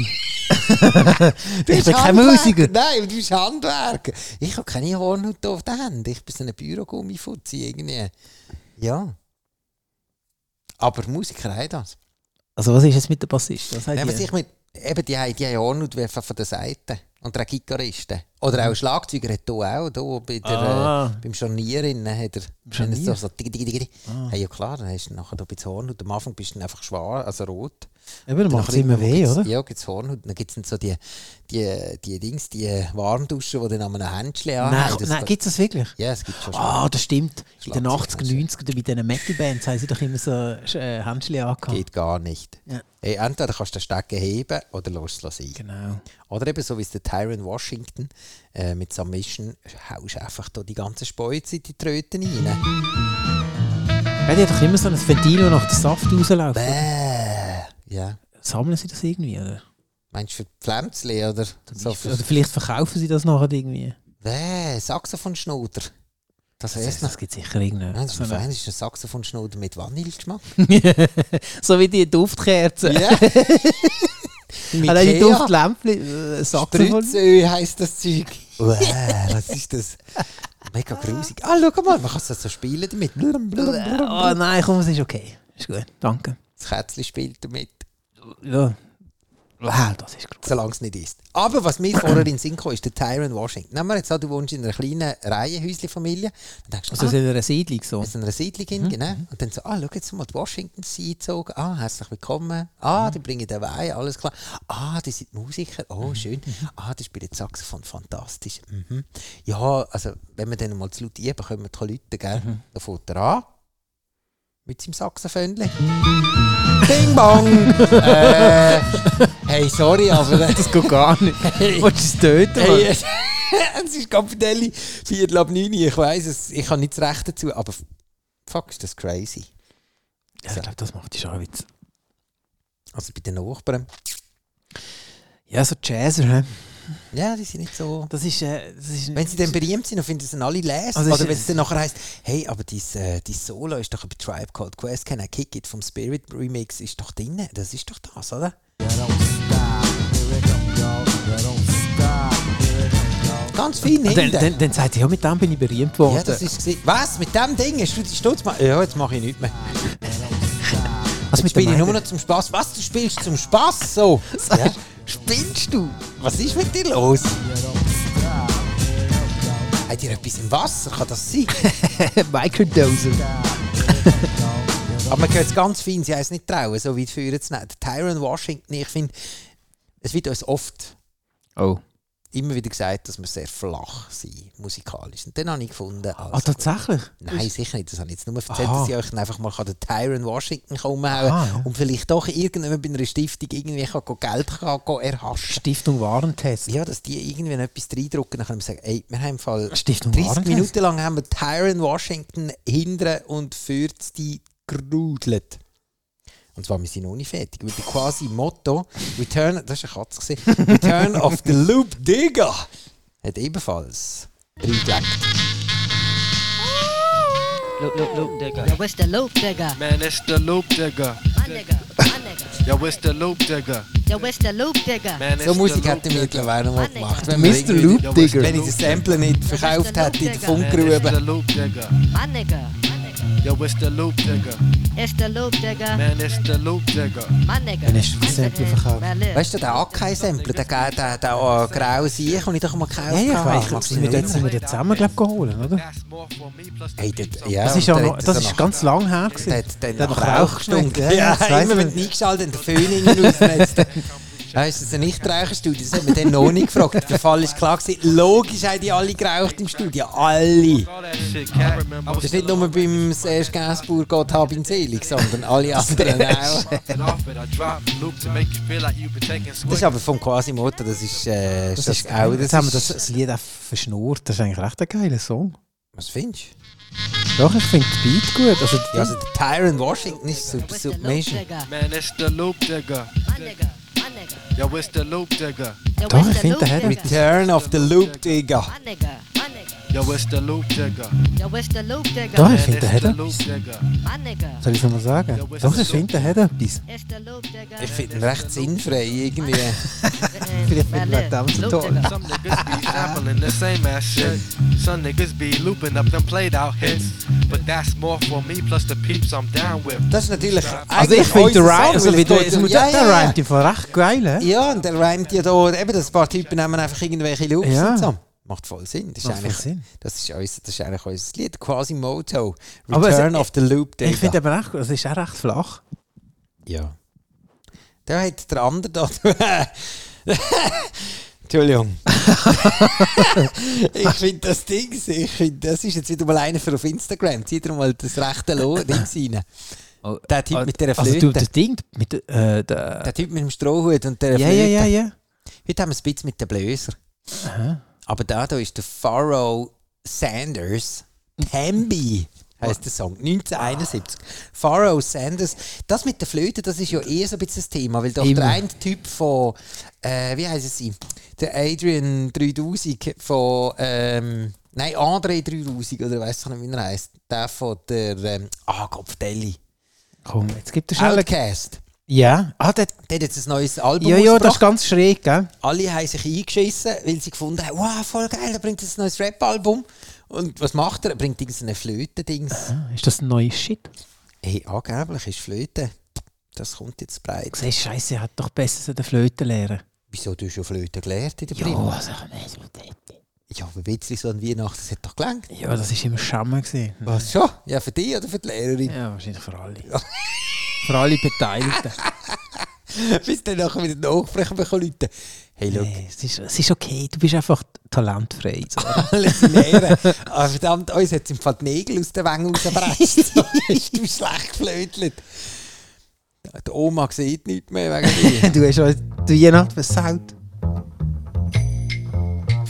[SPEAKER 2] Goppertelli?
[SPEAKER 1] Du
[SPEAKER 2] ich
[SPEAKER 1] bist
[SPEAKER 2] bin kein
[SPEAKER 1] Handwerker.
[SPEAKER 2] Musiker.
[SPEAKER 1] Nein, du bist Handwerker. Ich habe keine Hornhaut auf der Hand. Ich bin so ein Bürogummifutzi irgendwie. Ja. Aber Musiker haben das.
[SPEAKER 2] Also was ist jetzt mit dem Bassist? Was hat
[SPEAKER 1] Nein,
[SPEAKER 2] die?
[SPEAKER 1] was ich mit, eben, die haben die haben Hornhaut werfen von der Seite. Und der Gitarristen. Oder auch ein Schlagzeuger hat hier auch, hier bei der... äh,
[SPEAKER 2] ah,
[SPEAKER 1] Beim Scharnieren hat er wenn es
[SPEAKER 2] Scharnier?
[SPEAKER 1] so, so digi, digi, digi.
[SPEAKER 2] Ah.
[SPEAKER 1] Hey, ja klar, dann hast du nachher da bis Hornhaut. Am Anfang bist du dann einfach schwarz, also rot.
[SPEAKER 2] eben, dann macht es
[SPEAKER 1] Nachher
[SPEAKER 2] immer weh,
[SPEAKER 1] gibt's-
[SPEAKER 2] oder?
[SPEAKER 1] Ja, gibt es Hornhaut. Dann gibt es dann so die, die, die Dings, die Warmduschen, die dann an einem Händchen
[SPEAKER 2] nein,
[SPEAKER 1] anhaben. Ah, Das-
[SPEAKER 2] nein gibt es das wirklich?
[SPEAKER 1] Ja, es gibt schon Schla-
[SPEAKER 2] Ah, das stimmt. In den
[SPEAKER 1] Schlagzeug
[SPEAKER 2] 80er, 90er, bei diesen Metal-Bands haben sie doch immer so äh, Händchen angehabt.
[SPEAKER 1] Geht gar nicht.
[SPEAKER 2] Ja.
[SPEAKER 1] Hey, entweder kannst du den Stecken heben oder lass es sein.
[SPEAKER 2] Genau.
[SPEAKER 1] Oder eben so wie es der Tyron Washington äh, mit Submission haust einfach da die ganze Speize in die Tröten rein.
[SPEAKER 2] Ja, die hat doch immer so ein Ventil, wo nach der Saft rausläuft.
[SPEAKER 1] Bäh. Ja.
[SPEAKER 2] Sammeln sie das irgendwie, oder?
[SPEAKER 1] Meinst du für die Pflänzchen oder so? für-
[SPEAKER 2] oder vielleicht verkaufen sie das nachher irgendwie.
[SPEAKER 1] Weh, Saxophonschnuder. Das
[SPEAKER 2] Das,
[SPEAKER 1] heißt noch.
[SPEAKER 2] das gibt sicher irgendeine.
[SPEAKER 1] Nein, das
[SPEAKER 2] so,
[SPEAKER 1] ist
[SPEAKER 2] eine,
[SPEAKER 1] ein ist ein Saxophonschnuder mit Vanillegeschmack.
[SPEAKER 2] so wie die Duftkerzen.
[SPEAKER 1] Ja! mit
[SPEAKER 2] Allein die
[SPEAKER 1] Kea.
[SPEAKER 2] Duftlämpchen, äh, Saxophon.
[SPEAKER 1] Spritzöl heisst das Zeug. Weh, was ist das? Mega grusig. Ah, schau mal, man kann so so spielen damit. Blum, blum, blum.
[SPEAKER 2] Oh nein, komm, es ist okay. Ist gut, danke.
[SPEAKER 1] Das Kätzchen spielt damit,
[SPEAKER 2] Ja. Wow, das ist groß.
[SPEAKER 1] solange es nicht ist. Aber was mir vorher in den Sinn kam, ist der Tyron Washington. Nehmen wir jetzt an, du wohnst in einer kleinen Reihenhäuschen-Familie. Dann denkst du,
[SPEAKER 2] Also Mhm.
[SPEAKER 1] ah,
[SPEAKER 2] in einer Siedlung so.
[SPEAKER 1] aus einer Siedlung hin, genau. Und dann so, ah, schau jetzt mal, die Washington sind eingezogen. Ah, herzlich willkommen. Ah,
[SPEAKER 2] Mhm.
[SPEAKER 1] die bringen den Wein, alles klar. Ah, die sind Musiker.
[SPEAKER 2] Mhm.
[SPEAKER 1] Oh, schön. Ah, die spielen Saxophon, fantastisch. Mhm. Ja, also, wenn wir dann mal zu laut üben, können wir die Leute, gell?
[SPEAKER 2] Mhm.
[SPEAKER 1] Da fährt er an. Mit seinem Saxophönchen. Ding Bong! äh, hey, sorry, aber...
[SPEAKER 2] Das geht gar nicht.
[SPEAKER 1] Hey.
[SPEAKER 2] Wolltest du es töten?
[SPEAKER 1] Hey,
[SPEAKER 2] Mann?
[SPEAKER 1] es es ist Capidelli, Viertel ab 9 ich weiss es, ich habe nicht das Recht dazu, aber fuck, ist das crazy.
[SPEAKER 2] Ja, ich glaube, das macht die Scharwitz.
[SPEAKER 1] Also bei den Nachbarn,
[SPEAKER 2] Ja, so Jazzer, hä?
[SPEAKER 1] ja, die sind nicht so...
[SPEAKER 2] Das ist, äh, das ist
[SPEAKER 1] Wenn sie dann berühmt sind, dann finden sie dann alle lesen.
[SPEAKER 2] Also ist-
[SPEAKER 1] Oder wenn es dann nachher heisst, hey, aber dein äh, dein Solo ist doch bei Tribe Called Quest, kein Kick It vom Spirit Remix ist doch drin, das ist doch das, oder? Ganz viel
[SPEAKER 2] Ah, dann,
[SPEAKER 1] hinten.
[SPEAKER 2] dann, dann sagt sie, ja, mit dem bin ich berühmt worden.
[SPEAKER 1] Ja, das ist gewesen. Was? Mit dem Ding? Hast du die Stutz gemacht? Ja, jetzt mache ich nichts mehr.
[SPEAKER 2] Was
[SPEAKER 1] Jetzt
[SPEAKER 2] mit dem
[SPEAKER 1] spiele ich nur
[SPEAKER 2] einen?
[SPEAKER 1] noch zum Spaß. Was? Du spielst zum Spaß so? Ja.
[SPEAKER 2] Spinnst du?
[SPEAKER 1] Was ist mit dir los? Hat ihr etwas im Wasser? Kann das sein?
[SPEAKER 2] Microdoser.
[SPEAKER 1] Aber man hört es ganz fein, sie haben es nicht trauen, so weit führen zu nehmen. Der Tyron Washington, ich finde, es wird uns oft
[SPEAKER 2] Oh.
[SPEAKER 1] immer wieder gesagt, dass wir sehr flach sind, musikalisch. Und dann habe ich gefunden,
[SPEAKER 2] Ah,
[SPEAKER 1] also,
[SPEAKER 2] tatsächlich?
[SPEAKER 1] nein, sicher nicht, das habe ich jetzt nur erzählt,
[SPEAKER 2] Aha.
[SPEAKER 1] dass ich euch dann einfach mal den Tyron Washington umhauen
[SPEAKER 2] Ah,
[SPEAKER 1] kann
[SPEAKER 2] ja.
[SPEAKER 1] und vielleicht doch irgendjemand bei einer Stiftung irgendwie kann go Geld kann go erhaschen
[SPEAKER 2] Stiftung Warentest.
[SPEAKER 1] Ja, dass die irgendwie noch etwas reindrucken, dann können wir sagen, ey, wir haben im Fall
[SPEAKER 2] Stiftung
[SPEAKER 1] 30
[SPEAKER 2] Warentest.
[SPEAKER 1] Minuten lang haben wir Tyron Washington hinten und führt die gerudelt. Und zwar, wir sind noch nicht fertig. Mit dem quasi Motto, Return, das war eine Katze, gewesen. Return of the Loop Digger hat ebenfals reingelegt.
[SPEAKER 5] Loop, loop, loop, digger.
[SPEAKER 6] Yo, it's the loop digger.
[SPEAKER 5] Man, it's the loop digger.
[SPEAKER 6] My nigga, my nigga.
[SPEAKER 5] Yo, it's the loop digger.
[SPEAKER 6] Yo, it's the loop digger.
[SPEAKER 5] Man, it's
[SPEAKER 1] So
[SPEAKER 5] the
[SPEAKER 1] Musik
[SPEAKER 5] loop
[SPEAKER 1] hätte ich
[SPEAKER 5] digger.
[SPEAKER 1] mittlerweile noch mal gemacht. Wenn, wir
[SPEAKER 2] Mr.
[SPEAKER 1] irgendwie-
[SPEAKER 2] Loop Digger.
[SPEAKER 1] wenn ich das Sample nicht verkauft hätte in der
[SPEAKER 5] Man, it's the
[SPEAKER 1] Funkgrube.
[SPEAKER 5] loop digger.
[SPEAKER 6] My nigga, my nigga.
[SPEAKER 5] Yo, it's the loop digger.
[SPEAKER 6] It's the loop digger.
[SPEAKER 5] Man, it's the loop digger.
[SPEAKER 6] My nigga.
[SPEAKER 2] Dann hast du das Sample verkauft.
[SPEAKER 6] Man, look.
[SPEAKER 1] Weißt du, der AK-Sample, der, der, der, der oh, graue Sieg, den ich doch mal gekauft
[SPEAKER 2] Ja, ja, ich
[SPEAKER 1] habe.
[SPEAKER 2] weiß, glaub, sind wir dort sind wir dort zusammen glaub, geholt, oder?
[SPEAKER 5] That's more for me plus
[SPEAKER 1] Hey, das-
[SPEAKER 5] the beats on
[SPEAKER 1] ja.
[SPEAKER 2] Das
[SPEAKER 1] und
[SPEAKER 2] ist, ja
[SPEAKER 1] der
[SPEAKER 2] noch,
[SPEAKER 1] hat
[SPEAKER 2] das
[SPEAKER 1] das
[SPEAKER 2] ist
[SPEAKER 1] noch-
[SPEAKER 2] ganz lang her. gewesen.
[SPEAKER 1] Der hat dann
[SPEAKER 2] Der hat
[SPEAKER 1] nach
[SPEAKER 2] noch
[SPEAKER 1] Rauch
[SPEAKER 2] Rauch
[SPEAKER 1] gestunken.
[SPEAKER 2] geschmeckt,
[SPEAKER 1] Ja,
[SPEAKER 2] ja, jetzt weiss
[SPEAKER 1] immer
[SPEAKER 2] man.
[SPEAKER 1] wenn du eingeschaltet und den Föhn hinten aufnetzt. Weißt du, das ist eine Nichtraucherstudie, das hat man dann noch nicht gefragt. Der Fall ist klar gewesen. Logisch haben die alle geraucht im Studio. Alle.
[SPEAKER 5] all that shit, cat. I
[SPEAKER 1] Das
[SPEAKER 5] was
[SPEAKER 1] ist nicht nur beim Serge Gainsbourg Gott hab ihn selig, sondern alle anderen auch.
[SPEAKER 5] popping off it. I dropped loop to make you feel like you've been taking
[SPEAKER 1] Das ist
[SPEAKER 5] swings.
[SPEAKER 1] aber vom Quasimodo, das ist, äh,
[SPEAKER 2] Das
[SPEAKER 1] das
[SPEAKER 2] ist,
[SPEAKER 1] ist auch.
[SPEAKER 2] jetzt
[SPEAKER 1] Das
[SPEAKER 2] haben wir das,
[SPEAKER 1] ist-
[SPEAKER 2] das Lied auch verschnurrt. Das ist eigentlich recht ein geiler Song.
[SPEAKER 1] Was findest du?
[SPEAKER 2] Doch, ich finde das Beat gut. Also,
[SPEAKER 1] Ja, also der Tyron Washington ist Sub
[SPEAKER 6] It's the loop
[SPEAKER 1] Submission.
[SPEAKER 6] digger.
[SPEAKER 5] Man, it's the loop digger.
[SPEAKER 6] My nigga, my nigga.
[SPEAKER 5] Yo, it's the loop digger.
[SPEAKER 6] Yo,
[SPEAKER 2] Doch,
[SPEAKER 6] it's
[SPEAKER 2] ich
[SPEAKER 6] the
[SPEAKER 2] finde,
[SPEAKER 6] loop
[SPEAKER 2] der hat mit-
[SPEAKER 6] digger.
[SPEAKER 1] Turn of the Loop, Digga.
[SPEAKER 6] My nigga, my nigga.
[SPEAKER 5] Yo, it's the loop digger.
[SPEAKER 6] Yo, it's the loop
[SPEAKER 2] Doch,
[SPEAKER 6] digger.
[SPEAKER 2] ich
[SPEAKER 5] Man,
[SPEAKER 2] finde, der
[SPEAKER 5] it's
[SPEAKER 2] hat
[SPEAKER 5] the loop
[SPEAKER 2] etwas.
[SPEAKER 5] digger.
[SPEAKER 6] My nigga.
[SPEAKER 2] Soll ich es nochmal sagen? Doch, ich finde, der hat etwas.
[SPEAKER 6] It's the loop digger.
[SPEAKER 1] Ich finde ihn recht sinnfrei irgendwie.
[SPEAKER 2] Vielleicht
[SPEAKER 6] Man,
[SPEAKER 2] finden wir
[SPEAKER 6] look.
[SPEAKER 2] den so
[SPEAKER 6] Loop
[SPEAKER 2] toll.
[SPEAKER 6] digger.
[SPEAKER 5] Some niggas be sampling the same ass shit. Some niggas be looping up them played out hits. But that's more for me plus the peeps I'm down with.
[SPEAKER 1] Das ist natürlich.
[SPEAKER 2] Also, ich
[SPEAKER 1] eigentlich
[SPEAKER 2] finde den
[SPEAKER 1] unser
[SPEAKER 2] Rhyme, so
[SPEAKER 1] Sample,
[SPEAKER 2] wie du
[SPEAKER 1] das
[SPEAKER 2] es
[SPEAKER 1] tut-
[SPEAKER 2] musst,
[SPEAKER 1] ja,
[SPEAKER 2] der
[SPEAKER 1] ja,
[SPEAKER 2] Rhyme im Fall recht geil.
[SPEAKER 1] ja.
[SPEAKER 2] hä?
[SPEAKER 1] ja, und der reimt ja da. Eben, das paar Typen nehmen einfach irgendwelche Loops
[SPEAKER 2] Ja.
[SPEAKER 1] und so. Macht voll Sinn. Das ist,
[SPEAKER 2] Macht voll
[SPEAKER 1] eigentlich,
[SPEAKER 2] Sinn.
[SPEAKER 1] Das, ist unser, das ist eigentlich unser Lied. Quasi Moto.
[SPEAKER 2] Aber es-
[SPEAKER 1] Return of the Loop,
[SPEAKER 2] Ich finde
[SPEAKER 1] Digga.
[SPEAKER 2] aber recht gut. Es ist auch recht flach.
[SPEAKER 1] Ja. Da hat der andere da. Entschuldigung. ich finde das Ding, ich finde, das ist jetzt wieder mal einer für auf Instagram. Zieht dir mal das rechte Loh Dings rein. Der Typ mit der
[SPEAKER 2] Oh, Also,
[SPEAKER 1] Flöte.
[SPEAKER 2] du, das Ding mit äh, der.
[SPEAKER 1] der Typ mit dem Strohhut und der
[SPEAKER 2] Ja,
[SPEAKER 1] Flöte.
[SPEAKER 2] ja, ja, ja.
[SPEAKER 1] Heute haben wir es ein bisschen mit den Bläser. Aber da hier ist der Pharoah Sanders. Pambi heisst der Song. 1971. Pharoah Sanders. Das mit der Flöte, das ist ja eher so ein bisschen das Thema, weil doch
[SPEAKER 2] Immer.
[SPEAKER 1] der eine Typ von, äh, wie heisst sie? Der Adrian 3000 von, ähm, nein, André 3000 oder weiss ich nicht, wie er heisst. Der von der, ähm, ah, Kopfdelli.
[SPEAKER 2] Komm, jetzt gibt es schnell.
[SPEAKER 1] Outcast.
[SPEAKER 2] dus Ja. Ah, der,
[SPEAKER 1] Der hat jetzt ein neues Album
[SPEAKER 2] ja, ja, das
[SPEAKER 1] rausgebracht.
[SPEAKER 2] ist ganz schräg, gell?
[SPEAKER 1] Alle haben sich eingeschissen, weil sie gefunden haben, wow, voll geil, er bringt jetzt ein neues Rap-Album. Und was macht er? Er bringt irgendeine Flöte-Dings.
[SPEAKER 2] Ist das ein neues Shit?
[SPEAKER 1] Hey, angeblich ist Flöte. Das kommt jetzt breit.
[SPEAKER 2] Siehst du, Scheiße, er hat doch besser den Flöten lehren.
[SPEAKER 1] Wieso du hast schon Flöte gelernt in der
[SPEAKER 2] Ja,
[SPEAKER 1] Prima?
[SPEAKER 2] also ich meine, so dort.
[SPEAKER 1] Ja, aber ein bisschen so an Weihnachten, das hat doch gelangt.
[SPEAKER 2] Ja, das war immer Schammer. gewesen.
[SPEAKER 1] Was schon? Ja, für dich oder für die Lehrerin?
[SPEAKER 2] Ja, wahrscheinlich für alle. für alle Beteiligten.
[SPEAKER 1] Bis dann nachher wieder die Nachfragen bekommen Leute. Hey, schau,
[SPEAKER 2] Nee, es, ist, es ist okay, du bist einfach talentfrei. So.
[SPEAKER 1] alles in Ehren. Aber Ah, verdammt, uns hat es im Fall die Nägel aus den Wangen rausgebretzt. Hast du schlecht geflötelt. Die Oma sieht nichts mehr wegen dir.
[SPEAKER 2] du hast uns die Weihnacht versaut.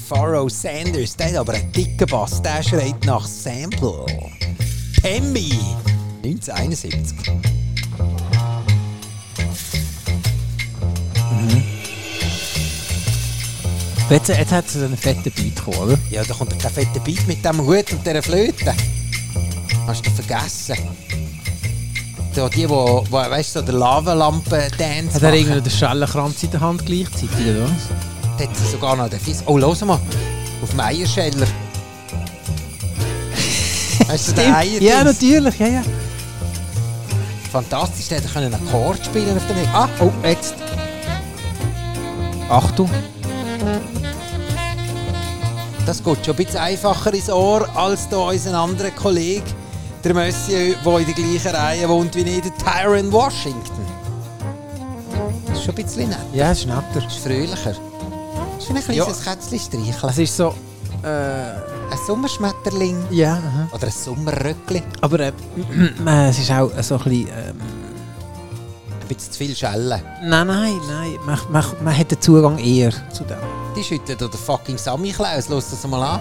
[SPEAKER 1] Pharoah Sanders, der hat aber einen dicken Bass, der schreit nach Sample. Pemmi, 1971.
[SPEAKER 2] Jetzt, jetzt hat es einen fetten Beat bekommen, oder?
[SPEAKER 1] Ja, da kommt ja kein fetter Beat mit dem Hut und dieser Flöte. Hast du vergessen? So, die, die, wo, wo, weißt du, so der Lavalampen-Dance
[SPEAKER 2] Hat er
[SPEAKER 1] machen,
[SPEAKER 2] irgendwie den Schellenkranz in der Hand gleichzeitig, oder was?
[SPEAKER 1] da hat sie sogar noch den Fies. Oh, los mal, auf dem Eierscheller. Hast du den Eierdings?
[SPEAKER 2] Ja, natürlich, ja, ja.
[SPEAKER 1] Fantastisch, der hätte einen Akkord spielen auf dem Weg. Ah, oh, jetzt.
[SPEAKER 2] Achtung.
[SPEAKER 1] Das geht schon ein bisschen einfacher ins Ohr als da unser anderer Kollege, der Monsieur, der in der gleichen Reihe wohnt wie ich, der Tyron Washington. Das ist schon ein bisschen nett.
[SPEAKER 2] Ja, es ist netter.
[SPEAKER 1] Das ist fröhlicher. Das ist wie ein
[SPEAKER 2] Ja.
[SPEAKER 1] kleines Kätzchen streicheln.
[SPEAKER 2] Es ist so... Äh,
[SPEAKER 1] Ein Sommerschmetterling.
[SPEAKER 2] ja, aha.
[SPEAKER 1] Oder ein Sommerröckli.
[SPEAKER 2] Aber äh, äh, es ist auch so ein bisschen... ähm,
[SPEAKER 1] Ein bisschen zu viel Schellen.
[SPEAKER 2] Nein, nein, nein. Man, man, man hat den Zugang eher zu dem.
[SPEAKER 1] Die schüttelt oder fucking Sammy Klaus. Lass das mal an.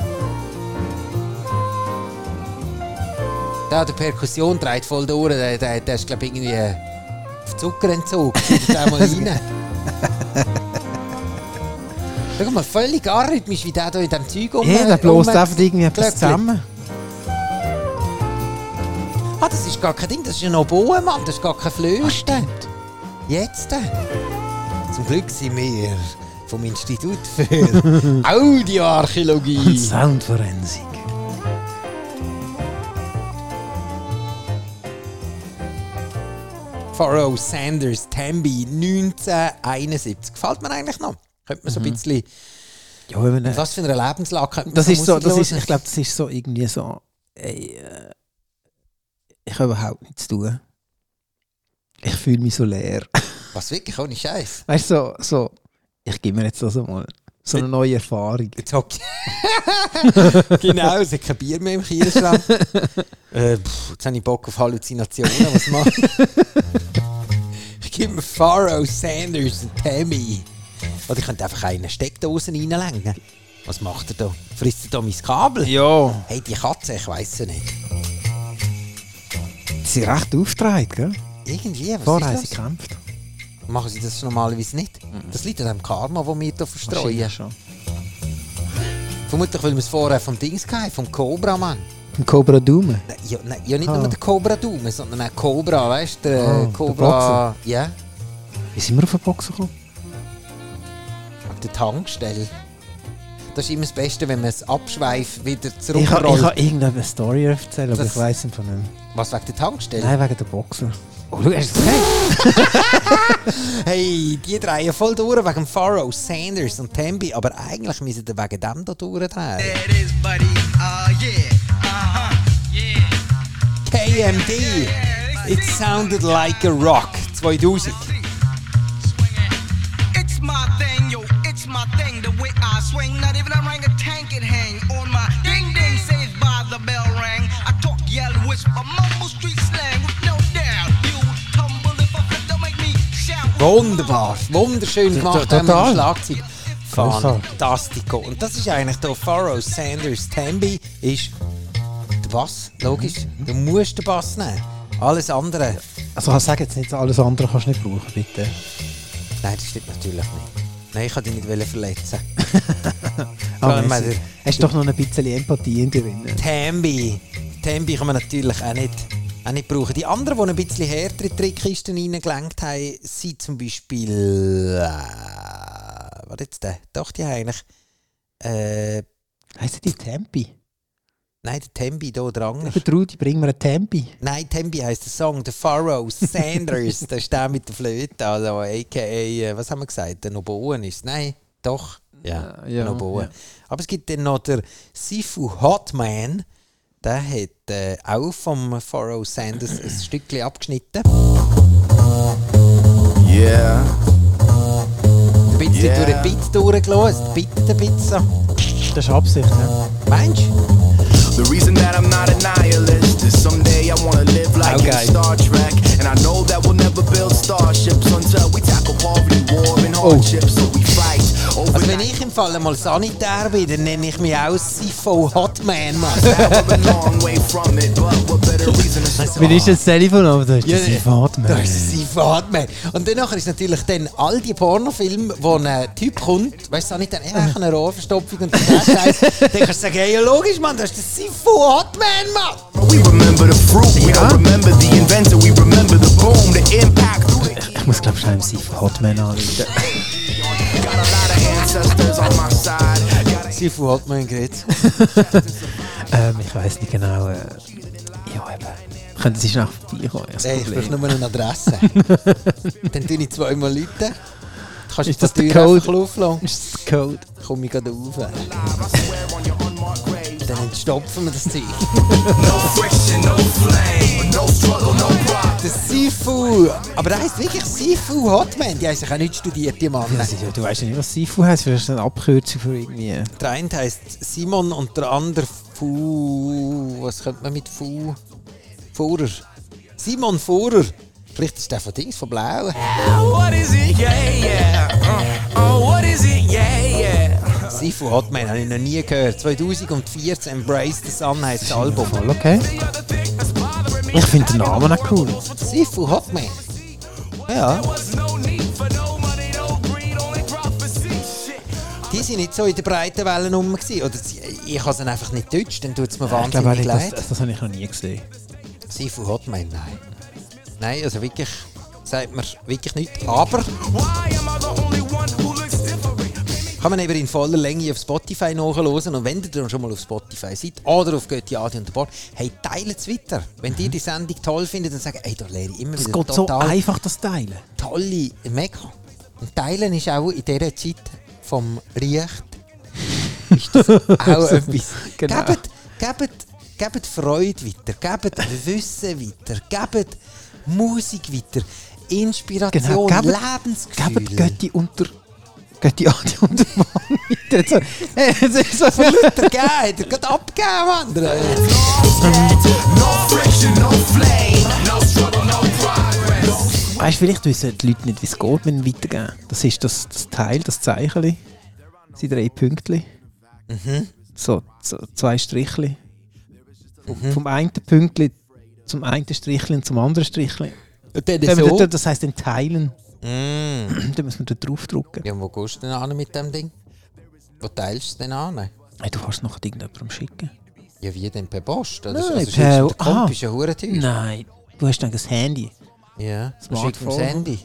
[SPEAKER 1] Da, der Perkussion dreht voll durch, der, der, der ist glaube ich irgendwie äh, auf Zuckerentzug. Schaut da mal rein. Schau mal, völlig arrhythmisch, wie der da in diesem Zeug rum...
[SPEAKER 2] Ja, der bloßt einfach irgendwie etwas
[SPEAKER 1] glöckelt.
[SPEAKER 2] zusammen.
[SPEAKER 1] Ah, das ist gar kein Ding, das ist ein Oboe, Mann, das ist gar kein Flöten. Jetzt? äh. Zum Glück sind wir vom Institut für Audioarchäologie.
[SPEAKER 2] Soundforensik.
[SPEAKER 1] Pharoah Sanders, Tambi, 1971. Gefällt mir eigentlich noch. Könnte man so ein bisschen.
[SPEAKER 2] Mhm. Ja, wenn man,
[SPEAKER 1] Mit was für einer Lebenslage könnte man
[SPEAKER 2] das ist so,
[SPEAKER 1] Musik
[SPEAKER 2] das ist,
[SPEAKER 1] hören?
[SPEAKER 2] ich glaube, das ist so irgendwie so. Ey, äh, ich habe eh, überhaupt nichts zu tun. Ich fühle mich so leer.
[SPEAKER 1] Was wirklich ohne Scheiß.
[SPEAKER 2] Weißt du, so, so ich gebe mir jetzt das mal so eine neue Erfahrung.
[SPEAKER 1] Jetzt hock Genau, es hat kein Bier mehr im Kühlschrank. äh, pff, jetzt habe ich Bock auf Halluzinationen. Was mache ich? ich gebe mir Pharoah Sanders und Tammy. Oder ich könnte einfach einen Steckdosen reinlegen. Was macht er da? Frisst er da mein Kabel?
[SPEAKER 2] Ja.
[SPEAKER 1] Hey, die Katze, ich weiß es nicht.
[SPEAKER 2] Sie sind recht aufgetragen, gell?
[SPEAKER 1] Irgendwie, was
[SPEAKER 2] Vorher haben
[SPEAKER 1] ist
[SPEAKER 2] sie
[SPEAKER 1] das?
[SPEAKER 2] gekämpft.
[SPEAKER 1] Machen sie das normalerweise nicht? Das liegt an dem Karma, das wir hier
[SPEAKER 2] Wahrscheinlich
[SPEAKER 1] verstreuen.
[SPEAKER 2] schon.
[SPEAKER 1] Vermutlich, weil wir es vorher vom Dings hatten, vom Cobra, Mann.
[SPEAKER 2] Ein Cobra Dume.
[SPEAKER 1] Nein, Ja, nein, ja nicht
[SPEAKER 2] Ah.
[SPEAKER 1] nur der Cobra Daumen, sondern auch Cobra, weißt du? Der
[SPEAKER 2] Ah, der
[SPEAKER 1] Cobra. ja,
[SPEAKER 2] Wie sind wir auf den Boxen gekommen?
[SPEAKER 1] an der Tankstelle. Das ist immer das Beste, wenn man es abschweift, wieder
[SPEAKER 2] Ich habe
[SPEAKER 1] zurückrollt.
[SPEAKER 2] hab irgendeine Story erzählt, aber
[SPEAKER 1] Das- Äh.
[SPEAKER 2] ich weiß einfach nicht mehr.
[SPEAKER 1] Was wegen der Tankstelle?
[SPEAKER 2] Nein, wegen der Boxer. Oh, schau, hast du
[SPEAKER 1] Hey, die drehen voll durch wegen Pharaoh, Sanders und Tembi, aber eigentlich müssen sie wegen dem da durchdrehen.
[SPEAKER 5] It is, buddy. Uh, yeah.
[SPEAKER 1] KMD! It sounded like a rock 2000.
[SPEAKER 7] It's my thing, yo, it's my thing, the way I swing. Not even a orangutan can hang on my ding ding, saved by the bell rang. I talk, yell, whisper, mumble street slang with no doubt. You tumble if I flip, don't make me shout.
[SPEAKER 1] Wunderbar, wunderschön gemacht,
[SPEAKER 2] total.
[SPEAKER 1] haben wir im Schlagzeug.
[SPEAKER 2] Grossartig.
[SPEAKER 1] Fantastico. Und das ist eigentlich der Pharaoh Sanders Tembi, ist der Bass, logisch. Du musst den Bass nehmen. Alles andere,
[SPEAKER 2] Also sag jetzt nicht, alles andere kannst du nicht brauchen, bitte.
[SPEAKER 1] nein, das stimmt natürlich nicht. Nein, ich wollte dich nicht wollen verletzen.
[SPEAKER 2] Ah,
[SPEAKER 1] Vor allem,
[SPEAKER 2] Messi,
[SPEAKER 1] weil-
[SPEAKER 2] hast du doch noch ein bisschen Empathie in dir drin.
[SPEAKER 1] Tembi, Tembi kann man natürlich auch nicht, auch nicht brauchen. Die anderen, die ein bisschen härtere Trickkisten reingelenkt haben, sind zum Beispiel... Äh, was jetzt der? Doch, die haben eigentlich... Äh,
[SPEAKER 2] Heißt die Tempi?
[SPEAKER 1] nein, der Tembi, da der andere.
[SPEAKER 2] Der Rudi, bring mir einen Tempi.
[SPEAKER 1] Nein, Tembi heisst der Song, The Pharaoh Sanders. das ist der mit der Flöte, also a.k.a., äh, was haben wir gesagt, der Noboen ist Nein, doch, ja,
[SPEAKER 2] Ja, ja,
[SPEAKER 1] Noboen.
[SPEAKER 2] ja.
[SPEAKER 1] Aber es gibt dann noch der Sifu Hotman, der hat äh, auch vom Pharaoh Sanders ein Stückchen abgeschnitten.
[SPEAKER 8] Yeah.
[SPEAKER 1] Ein bisschen
[SPEAKER 8] Yeah.
[SPEAKER 1] durch den Beat durchgelassen, die Beat ein bisschen.
[SPEAKER 2] Das ist Absicht, ne? ja.
[SPEAKER 1] Meinst du?
[SPEAKER 8] The reason that I'm not a nihilist is someday I wanna live like in
[SPEAKER 1] Okay.
[SPEAKER 8] Star Trek. And I know that we'll never build starships until we tackle poverty, war, and hardships. So we fight over
[SPEAKER 1] Also wenn ich im Fall mal Sanitär bin, dann nenne ich mich auch Sifu Hotman, Mann.
[SPEAKER 8] we're a long way from it, but what better reason to start?
[SPEAKER 2] Wie ist das Telefon? Aber das ist
[SPEAKER 1] Ja,
[SPEAKER 2] das
[SPEAKER 1] nee. Da
[SPEAKER 2] Privatmann.
[SPEAKER 1] ist es sein Fatman. Und dann nachher ist natürlich dann all die Pornofilme, wo ein Typ kommt, weißt du auch nicht, dann eh ich habe eine Rohrverstopfung und das Scheiß. dann kannst du sagen, hey, ja logisch, Mann, das ist der Sifu Hotman, Mann.
[SPEAKER 8] We remember the fruit, we don't remember the inventor, we remember the boom, the impact through the
[SPEAKER 2] Ich muss, glaube ich, schnell im Privatmann anrufen.
[SPEAKER 8] Got a lot of ancestors on my side. Got a-
[SPEAKER 1] Sifu Hotman geredet.
[SPEAKER 2] Ähm, ich weiß nicht genau. Äh, ja, eben. Könnten Sie schnell vorbeikommen? ja, das
[SPEAKER 1] Hey, ich
[SPEAKER 2] Problem.
[SPEAKER 1] brauche nur eine Adresse. dann tue ich zweimal Leute. Dann kannst du
[SPEAKER 2] Ist das
[SPEAKER 1] die
[SPEAKER 2] der
[SPEAKER 1] Tür
[SPEAKER 2] Code?
[SPEAKER 1] einfach auflassen.
[SPEAKER 2] Ist das Code?
[SPEAKER 1] Komme ich gerade rauf.
[SPEAKER 8] I swear on your unmarked grave.
[SPEAKER 1] Dann entstopfen wir das Zeug.
[SPEAKER 8] No friction, no flame, no struggle, no pride.
[SPEAKER 1] Der Sifu. Aber der heisst wirklich Sifu Hotman. Die haben sich auch nicht studiert, die Mann.
[SPEAKER 2] Das ist, ja, du weißt ja nicht, was Sifu heißt. Vielleicht ist das eine Abkürzung für irgendwie. äh,
[SPEAKER 1] Der eine heisst Simon und der andere Fu. Was könnte man mit Fu? Fuhrer. Simon Fuhrer. Vielleicht ist der von Dings, von Blau.
[SPEAKER 7] What is it? Yeah, yeah. oh, what is it? Yeah, yeah.
[SPEAKER 1] Sifu Hotman habe ich noch nie gehört. 2014 Embrace the Sun heisst das Album.
[SPEAKER 2] Voll okay.
[SPEAKER 7] The other thing that's bothering
[SPEAKER 2] Ich finde den Namen auch cool.
[SPEAKER 1] Sifu Hotman. Ja. Die sind nicht so in der breiten Wellen rum. gewesen. Oder sie- ich kann sie einfach nicht deutsch, dann tut es mir
[SPEAKER 2] Ich glaube auch
[SPEAKER 1] wahnsinnig
[SPEAKER 2] nicht, das,
[SPEAKER 1] leid.
[SPEAKER 2] das, das habe ich noch nie gesehen.
[SPEAKER 1] Sifu Hotman, nein. Nein, also wirklich, sagt mir wirklich nichts. Aber kann man eben in voller Länge auf Spotify nachhören. Und wenn ihr dann schon mal auf Spotify seid oder auf Götti Adi und der Bar, hey, teilt es weiter. Wenn ihr die Sendung toll findet, dann sagt, hey, da lerne ich immer
[SPEAKER 2] Es
[SPEAKER 1] wieder
[SPEAKER 2] Mhm. geht so einfach, das Teilen.
[SPEAKER 1] tolle, mega. Und Teilen ist auch in dieser Zeit vom Licht ist das auch etwas.
[SPEAKER 2] Genau.
[SPEAKER 1] Gebt, gebt, gebt Freude weiter, gebt Wissen weiter, gebt Musik weiter, Inspiration,
[SPEAKER 2] Genau, gebt-
[SPEAKER 1] Lebensgefühl.
[SPEAKER 2] Gebt Götti unter... Götti Adi unter Mann. Jetzt so- Hey, jetzt ist so...
[SPEAKER 1] Der Gär hat er gerade abgegeben, Mann. Der-
[SPEAKER 2] Weißt du, vielleicht wissen die Leute nicht, wie es geht mit dem Weitergeben. Das ist das, das Teil, das Zeichen. Das sind drei Pünktchen.
[SPEAKER 1] Mhm.
[SPEAKER 2] So, so zwei Strichli.
[SPEAKER 1] Mhm.
[SPEAKER 2] Vom- Vom einen Pünktchen zum einen Strichli und zum anderen Strichli.
[SPEAKER 1] Und dann
[SPEAKER 2] Wenn wir
[SPEAKER 1] so.
[SPEAKER 2] dort- Das heisst, den Teilen. Dann müssen wir da draufdrücken.
[SPEAKER 1] Mm. Ja, und wo gehst du denn an mit dem Ding? Wo teilst du es denn an?
[SPEAKER 2] Hey, du kannst es nachher irgendjemandem schicken.
[SPEAKER 1] Ja, wie denn per Post? Oder
[SPEAKER 2] Nein,
[SPEAKER 1] so? also, per... Der
[SPEAKER 2] per- ah.
[SPEAKER 1] Komp ist ja verdammt teuer.
[SPEAKER 2] Nein, du hast dann das Handy.
[SPEAKER 1] Ja, das schickst
[SPEAKER 2] Smartphone.
[SPEAKER 1] du Handy.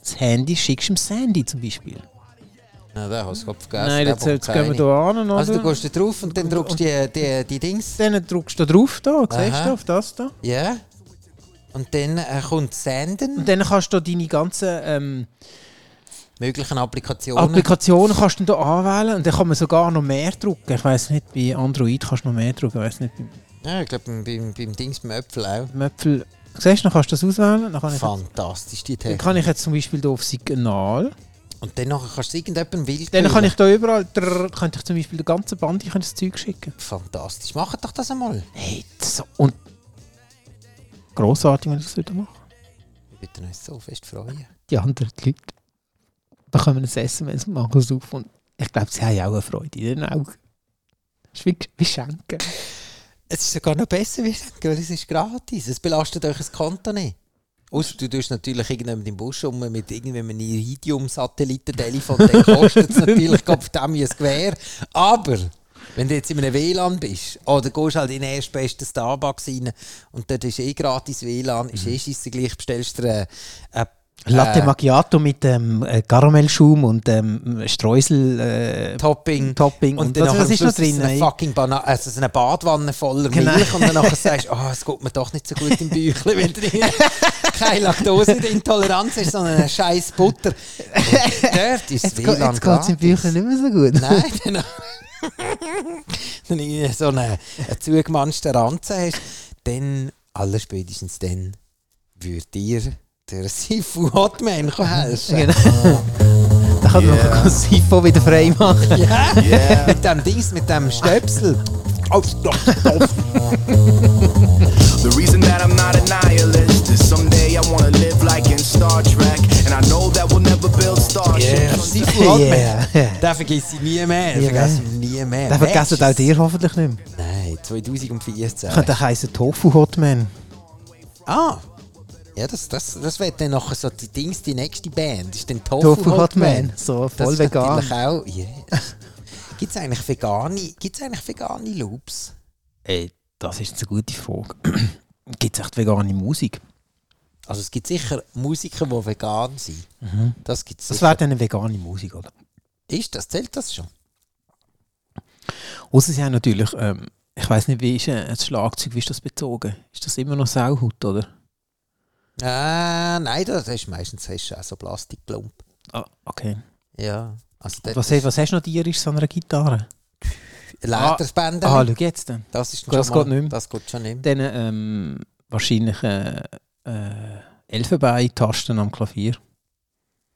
[SPEAKER 2] Das Handy schickst du dem Handy zum Beispiel.
[SPEAKER 1] Nein, da hast du Kopf vergessen.
[SPEAKER 2] Nein,
[SPEAKER 1] Also der braucht
[SPEAKER 2] jetzt, jetzt gehen wir
[SPEAKER 1] keine.
[SPEAKER 2] hier an. Oder?
[SPEAKER 1] Also du gehst da drauf und dann drückst du die, die, die Dings.
[SPEAKER 2] dann drückst du da drauf, da, siehst
[SPEAKER 1] Aha.
[SPEAKER 2] du, auf das da.
[SPEAKER 1] Ja. Und dann äh, kommt Senden.
[SPEAKER 2] Und dann kannst du deine ganzen ähm,
[SPEAKER 1] Möglichen Applikationen.
[SPEAKER 2] Applikationen kannst du da anwählen und dann kann man sogar noch mehr drücken. Ich weiss nicht, bei Android kannst du noch mehr drücken. Ich weiss nicht,
[SPEAKER 1] ja, ich glaube beim, beim, beim Dings beim Äpfel auch.
[SPEAKER 2] beim Äpfel. Siehst du, dann kannst du das auswählen. Dann kann ich, jetzt,
[SPEAKER 1] Fantastisch, die
[SPEAKER 2] dann
[SPEAKER 1] Technik.
[SPEAKER 2] kann ich jetzt zum Beispiel hier auf Signal.
[SPEAKER 1] Und dann nachher kannst du irgendjemandem wild
[SPEAKER 2] Dann kann
[SPEAKER 1] holen.
[SPEAKER 2] ich da überall, drrr, könnte ich zum Beispiel der ganzen Band, ich könnte das Zeug schicken.
[SPEAKER 1] Fantastisch. Mach doch das einmal.
[SPEAKER 2] Hey, so, und grossartig, wenn ich das wieder mache.
[SPEAKER 1] Ich würde mich so fest freuen.
[SPEAKER 2] Die anderen die Leute bekommen ein SMS und machen es auf. Und ich glaube, sie haben auch eine Freude in den Augen. Das ist wie, wie Schenken.
[SPEAKER 1] Es ist sogar noch besser, wie ich denke, weil es ist gratis. Es belastet euch das Konto nicht. Ausser du tust natürlich irgendjemand im Busch um mit irgendeinem Iridium-Satellitentelefon, dann kostet es natürlich auf dem wie ein Gewehr. Aber wenn du jetzt in einem WLAN bist oder gehst halt in den erstbesten Starbucks rein und dort ist eh gratis WLAN, ist eh scheissegleich, bestellst dir eine, eine
[SPEAKER 2] Latte
[SPEAKER 1] äh,
[SPEAKER 2] Macchiato mit ähm, äh, Karamellschaum und ähm, Streusel. Äh,
[SPEAKER 1] Topping.
[SPEAKER 2] Topping.
[SPEAKER 1] Und,
[SPEAKER 2] Und
[SPEAKER 1] dann
[SPEAKER 2] was-
[SPEAKER 1] nachher
[SPEAKER 2] was ist
[SPEAKER 1] am
[SPEAKER 2] noch
[SPEAKER 1] Schluss
[SPEAKER 2] drin,
[SPEAKER 1] Eine
[SPEAKER 2] ey?
[SPEAKER 1] fucking Bana also so eine Badwanne voller
[SPEAKER 2] Genau.
[SPEAKER 1] Milch und dann nachher sagst du, oh, es geht mir doch nicht so gut im Bäuchlein, wenn du nicht- keine Laktoseintoleranz hast, sondern eine scheiß Butter. Und dort ist das
[SPEAKER 2] jetzt geht-
[SPEAKER 1] WLAN
[SPEAKER 2] jetzt geht es im
[SPEAKER 1] gratis.
[SPEAKER 2] Büchlein nicht mehr so gut.
[SPEAKER 1] Nein, genau. dann, dann in so einen, einen zugemansten Ranzen hast, dann, allerspätestens dann, würde dir der Sifu Hotman helfen.
[SPEAKER 2] Genau. Da kann man noch das Sifo wieder frei machen.
[SPEAKER 1] Ja, mit dem Dings, mit dem Stöpsel. Oh, stopp, stopp.
[SPEAKER 8] The reason that I'm not a nihilist is someday I wanna live like in Star Trek. And I know that we'll never build starships.
[SPEAKER 1] Sifu Hotman.
[SPEAKER 2] Yeah, yeah.
[SPEAKER 1] Den vergesse ich nie mehr. Den
[SPEAKER 2] Ja.
[SPEAKER 1] vergesse ich nie mehr.
[SPEAKER 2] Dann vergessen auch
[SPEAKER 1] Matches.
[SPEAKER 2] dir hoffentlich nicht mehr.
[SPEAKER 1] Nein, 2014.
[SPEAKER 2] Könnte auch heißen Tofu Hotman.
[SPEAKER 1] Ah! Ja, das, das, das wird dann nachher so die Dings, die nächste Band. Ist dann Tofu,
[SPEAKER 2] Tofu
[SPEAKER 1] Hotman.
[SPEAKER 2] Hotman. So,
[SPEAKER 1] Das
[SPEAKER 2] voll
[SPEAKER 1] ist
[SPEAKER 2] vegan.
[SPEAKER 1] natürlich auch... Yes. Gibt es eigentlich vegane, gibt's eigentlich vegane Loops?
[SPEAKER 2] Ey, das ist eine gute Frage. Gibt es echt vegane Musik?
[SPEAKER 1] Also es gibt sicher Musiker, die vegan sind. Das gibt es
[SPEAKER 2] Mhm. Das wäre dann eine vegane Musik, oder?
[SPEAKER 1] Ist das? Zählt das schon?
[SPEAKER 2] Außer sie haben natürlich, ähm, ich weiß nicht, wie ist äh, das Schlagzeug, wie ist das bezogen? Ist das immer noch Sauhut, oder?
[SPEAKER 1] Ah, nein, das ist meistens hast du auch so Plastikklump.
[SPEAKER 2] Ah, okay.
[SPEAKER 1] Ja. Also dort
[SPEAKER 2] Was, was hast du noch tierisch an einer Gitarre?
[SPEAKER 1] Lederbänder.
[SPEAKER 2] Ah, schau jetzt dann.
[SPEAKER 1] das ist schon
[SPEAKER 2] das
[SPEAKER 1] mal,
[SPEAKER 2] geht nicht mehr.
[SPEAKER 1] Das geht schon nicht mehr.
[SPEAKER 2] Dann ähm, wahrscheinlich äh, äh, Elfenbeintasten am Klavier.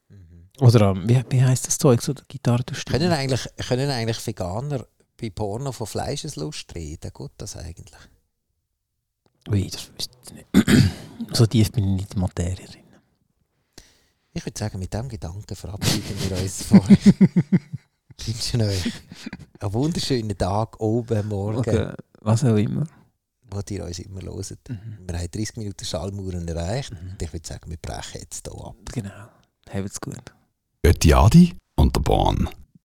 [SPEAKER 1] Mhm.
[SPEAKER 2] Oder am, wie, wie heisst das Zeug, so die Gitarre du
[SPEAKER 1] Können eigentlich, können eigentlich Veganer bei Porno von Fleischeslust reden? Gut, das eigentlich.
[SPEAKER 2] Ui, das wüsste ich nicht. so tief bin ich nicht in die Materie drin.
[SPEAKER 1] Ich würde sagen, mit diesem Gedanken verabschieden wir uns von euch. wünschen euch einen wunderschönen Tag, oben, morgen,
[SPEAKER 2] Oder was auch immer.
[SPEAKER 1] die ihr uns immer hört.
[SPEAKER 2] Mhm.
[SPEAKER 1] Wir haben 30 Minuten Schallmauern erreicht und ich würde sagen, wir brechen jetzt hier ab.
[SPEAKER 2] Genau. Habt's gut.
[SPEAKER 3] Ötiadi und der Bahn.